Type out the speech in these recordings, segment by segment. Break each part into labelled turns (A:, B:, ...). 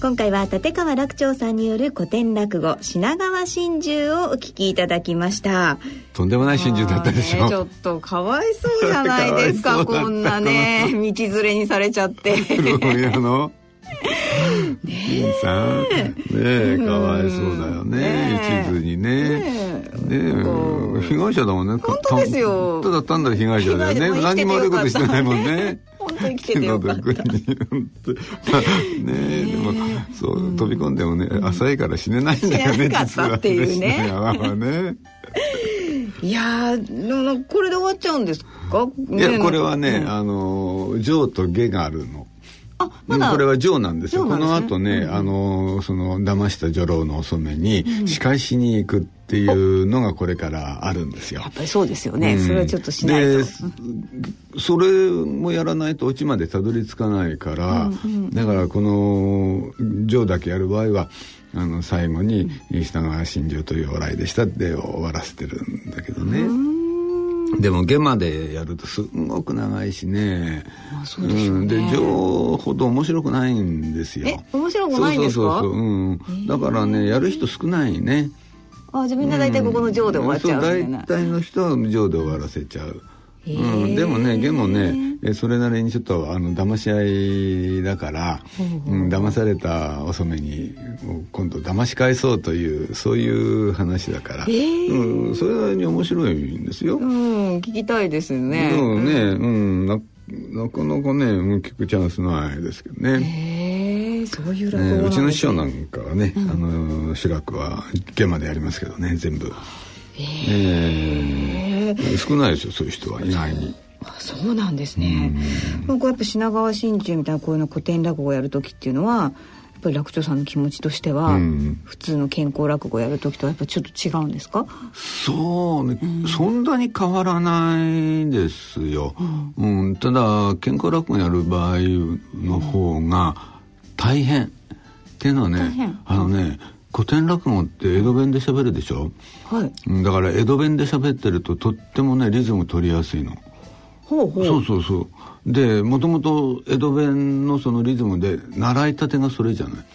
A: 今回は立川楽長さんによる古典落語品川真珠をお聞きいただきました
B: とんでもない真珠だったでしょ、
A: ね、ちょっとかわいそうじゃないです かこんなね道連れにされちゃって
B: のねさんねかわいそうだよね、ね、一途にねね被害者だもんね
A: 本当ですよ
B: ただ単なる被害者だよね何も悪いことしてないもんね
A: 本当に来ててよ かった
B: ねでもそう、うん、飛び込んでもね浅いから死ねないんだよね
A: 死ねなかったっていうね
B: ね、
A: いやーこれで終わっちゃうんですか、
B: ね、いやこれはね、うん、あの「情」と「下」があるの。
A: あまだ
B: これは情なんです
A: す
B: よ。
A: ね、
B: この後ね、うん、あの、その、騙した女郎のお染めに、仕返しに行くっていうのがこれからあるんですよ。
A: やっぱりそうですよね。うん、それはちょっとしないと。
B: それもやらないとオチまでたどり着かないから、うんうん、だからこの情だけやる場合は、あの、最後に、下川真珠という往来でしたって終わらせてるんだけどね。うんでも下までやるとすんごく長いしね。、
A: まあ、そうです、ね、うん
B: で、上ほど面白くないんですよ。
A: え、面白くないんですか
B: そうそうそう、うん。だからね、やる人少ないね。
A: あ、じゃみんな大体ここの上で終わっちゃうみたいな。、
B: 大体の人は上で終わらせちゃう。うん、でもね、ゲもね、えそれなりにちょっとあの騙し合いだから、うん、騙されたお染めに今度騙し返そうというそういう話だから、うん、それなりに面白いんですよ。うん
A: 聞きたいですね。
B: でもね、うん、ななかなかね、聞くチャンスないですけど
A: ね。へそういう落語、
B: ね、うちの師匠なんかはね、うん、あの主楽はゲまでやりますけどね、全部。えー、えー少ないですよそういう人は意外に。
A: そうなんですね。うん、僕はやっぱ品川真珠みたいなこういうの古典落語をやる時っていうのは。やっぱり楽長さんの気持ちとしては、うん、普通の健康落語をやる時とはやっぱちょっと違うんですか
B: そうね、うん、そんなに変わらないですよ、うんただ健康落語やる場合の方が大変、っていうのはねあのね、古典落語って江戸弁で喋るでしょ、、
A: はい
B: だから江戸弁で喋ってるととってもねリズム取りやすいの
A: ほうほう
B: そうそうそうでもともと江戸弁のそのリズムで習いたてがそれじゃない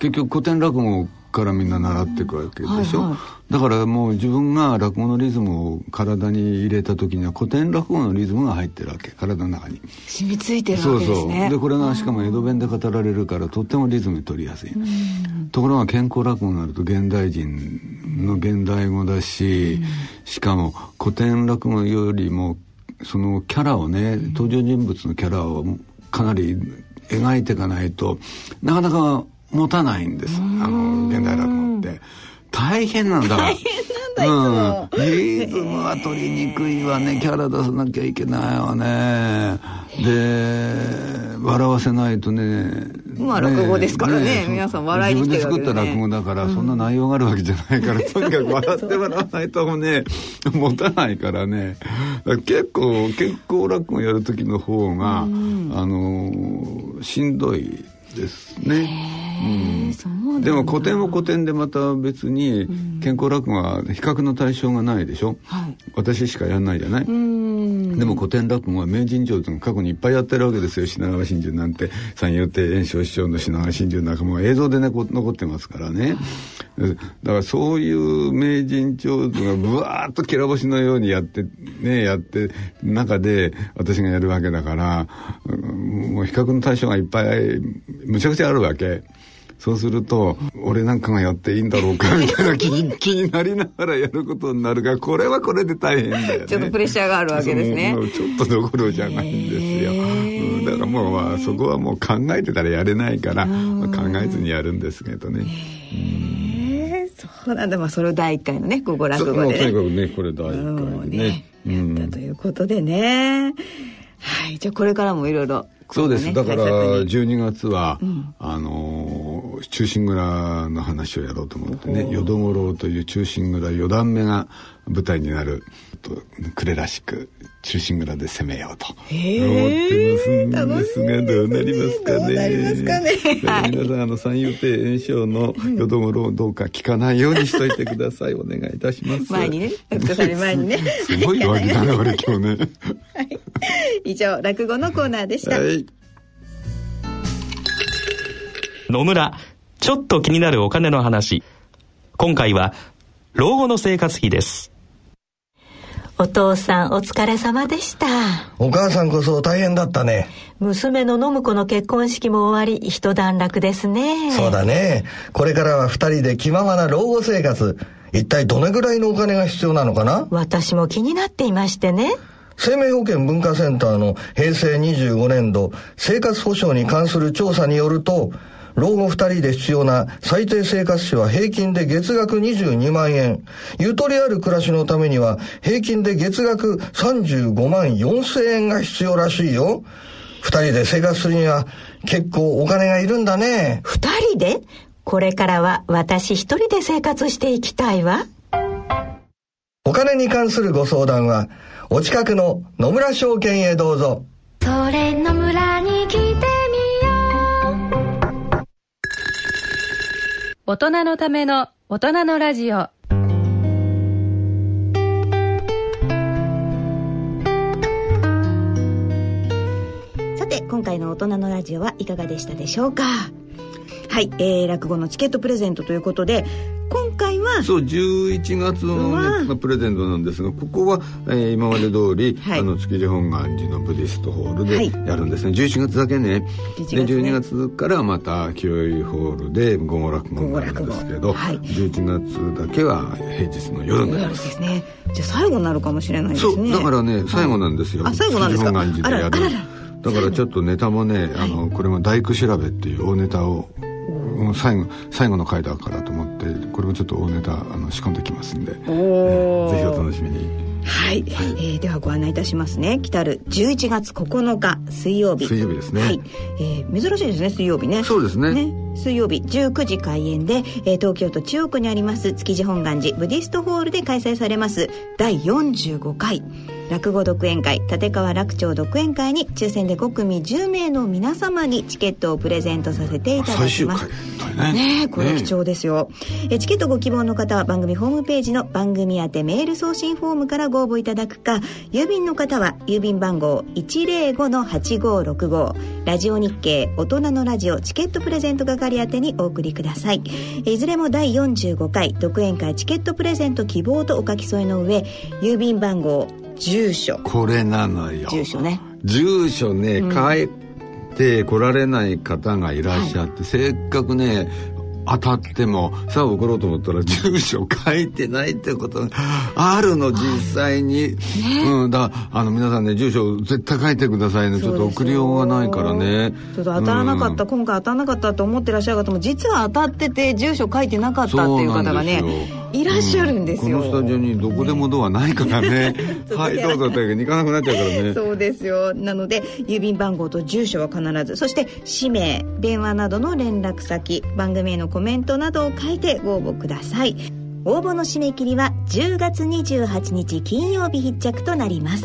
B: 結局古典落語からみんな習っていくわけでしょ、はいはい、だからもう自分が落語のリズムを体に入れた時には古典落語のリズムが入ってるわけ体の中に
A: 染みついてるわけですね
B: そうそうでこれがしかも江戸弁で語られるからとってもリズム取りやすい、ところが健康落語になると現代人の現代語だし、しかも古典落語よりもそのキャラをね登場人物のキャラをかなり描いていかないとなかなか持たないんです。あの、現代落語って。大変なんだ。
A: 大変なん
B: だ、うん、リズムは取りにくいわね。キャラ出さなきゃいけないわね。で、笑わせないとね。
A: まあ、落語ですからね。ね皆さん笑いに来て
B: るわけ、ね、自分で作った落語だから、そんな内容があるわけじゃないから、うん、とにかく笑って笑わないともね、持たないからね。ら結構、結構落語やる時の方が、うん、あの、しんどいですね。、
A: うん
B: でも古典も古典でまた別に健康落語は比較の対象がないでしょ、うん
A: はい、
B: 私しかやんないじゃないでも古典落語は名人上と過去にいっぱいやってるわけですよ品川真珠なんて三遊亭圓生師匠の品川真珠なんかも映像で、ね、残ってますからね、はい、だからそういう名人上手がぶわーっときら星のようにやってねやって中で私がやるわけだからもう比較の対象がいっぱいむちゃくちゃあるわけ。そうすると、俺なんかがやっていいんだろうか、みたいな気に 気になりながらやることになるが、これはこれで大変だよね。
A: ちょっとプレッシャーがあるわけですね。
B: ちょっとどころじゃないんですよ。うん、だからもう、まあ、そこはもう考えてたらやれないから、まあ、考えずにやるんですけどね。
A: へそうなんだ、まあ、それを第1回のね、ここ落語で、ね。
B: とにかくね、これ第1回でね。
A: ねやったということでね。はい、じゃあこれからもいろいろ。
B: そうです、ね、だから12月は、うん、あの忠臣蔵の話をやろうと思ってね「淀五郎」という忠臣蔵四段目が舞台になると暮れらしく忠臣蔵で攻めようと思ってますんですがどうなりますかね。
A: かね
B: 皆さんあの三遊亭圓生の淀五郎どうか聞かないようにしといてくださいお願いいたします。
A: 前にね、前にね。
B: すごい弱気だね俺今日 ね。
A: はい、以上落語のコーナーでした。はい
C: 野村、ちょっと気になるお金の話。今回は、老後の生活費です。
D: お父さんお疲れ様でした
E: お母さんこそ大変だったね
D: 娘の信子の結婚式も終わり一段落ですね
E: そうだねこれからは2人で気ままな老後生活一体どれぐらいのお金が必要なのかな
D: 私も気になっていましてね
E: 生命保険文化センターの平成25年度生活保障に関する調査によると老後2人で必要な最低生活費は平均で月額22万円。ゆとりある暮らしのためには平均で月額35万4千円が必要らしいよ。2人で生活するには結構お金がいるんだね。
D: 2人でこれからは私1人で生活していきたいわ。
E: お金に関するご相談は、お近くの野村証券へどうぞ。
F: それ野村に来てみよう。
G: 大人のための大人のラジオ。
A: さて、今回の大人のラジオはいかがでしたでしょうかはい、えー、落語のチケットプレゼントということで、今回は
B: そう11月の、ね、プレゼントなんですがここは、えー、今まで通り、はい、あの築地本願寺のブディストホールでやるんですね、はい、11月だけね月ねで12月からまた清居ホールで午後落語があるんですけど、はい、11月だけは平日の夜になります
A: ですねじゃあ最後になるかもしれないですね
B: そうだからね最後なんですよ、はい、
A: あ最後なんですか
B: 本願寺でやるだからちょっとネタもね、あのこれも「大工調べ」っていう大ネタを最後最後の回だからと思ってこれもちょっと大ネタあの仕込んできますんで、えー、ぜひお楽しみに。
A: はい、はい、えー、ではご案内いたしますね来たる11月9日水曜日
B: 水曜日ですね、
A: はいえー、珍しいですね水曜日ね
B: そうですね、ね、
A: 水曜日19時開演で、えー、東京都中央区にあります築地本願寺ブディストホールで開催されます第45回落語独演会立川楽町独演会に抽選で5組10名の皆様にチケットをプレゼントさせていただきます
B: ね
A: ねこれ貴重ですよ、ね、えチケットご希望の方は番組ホームページの番組宛てメール送信フォームからご応募いただくか郵便の方は郵便番号105-8565ラジオ日経大人のラジオチケットプレゼント係宛てにお送りくださいいずれも第45回独演会チケットプレゼント希望とお書き添えの上郵便番号住所
B: これなのよ
A: 住所ね
B: 住所ね、うん、帰って来られない方がいらっしゃって、はい、せっかくね当たってもさあ送ろうと思ったら住所書いてないってことがあるの実際に、ね、うんだあの皆さんね住所絶対書いてくださいねちょっと送りようがないからね
A: ちょっと当たらなかった、うん、今回当たらなかったと思ってらっしゃる方も実は当たってて住所書いてなかったっていう方がねいらっしゃるんですよ、
B: うん、このスタジオにどこでもドアないから ねはいどうぞって行かなくなっちゃうからね
A: そうですよなので郵便番号と住所は必ずそして氏名電話などの連絡先番組へのコメントなどを書いてご応募ください応募の締め切りは10月28日金曜日必着となります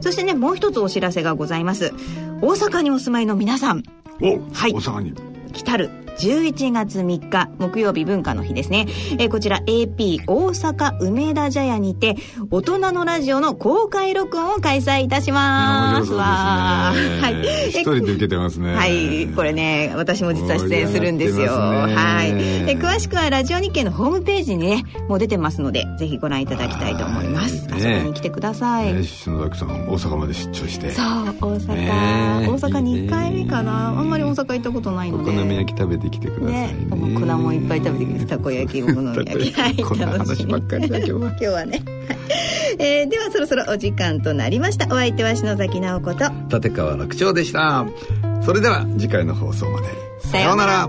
A: そしてねもう一つお知らせがございます大阪にお住まいの皆さん
B: おはい大阪に
A: 来たる11月3日木曜日文化の日ですね、えー、こちら AP 大阪梅田茶屋にて大人のラジオの公開録音を開催いたします
B: わ、ね、はい一人で受けてますね
A: はいこれね私も実は出演するんですよはいえ詳しくはラジオ日経のホームページにねもう出てますのでぜひご覧いただきたいと思います遊び、ね、に来てください、ね、
B: 篠崎さん大阪まで出張して
A: そう大阪、大阪2回目かなあんまり大阪行ったことないので
B: お好み焼き食べてきてくださいね
A: ね粉もいっぱい食べてきてたこ焼きお好み焼きはい
B: こんな話ばっかりだ今
A: 日はね、 えー、ではそろそろお時間となりましたお相手は篠崎直子と
B: 立川楽長でしたそれでは次回の放送まで
A: さようなら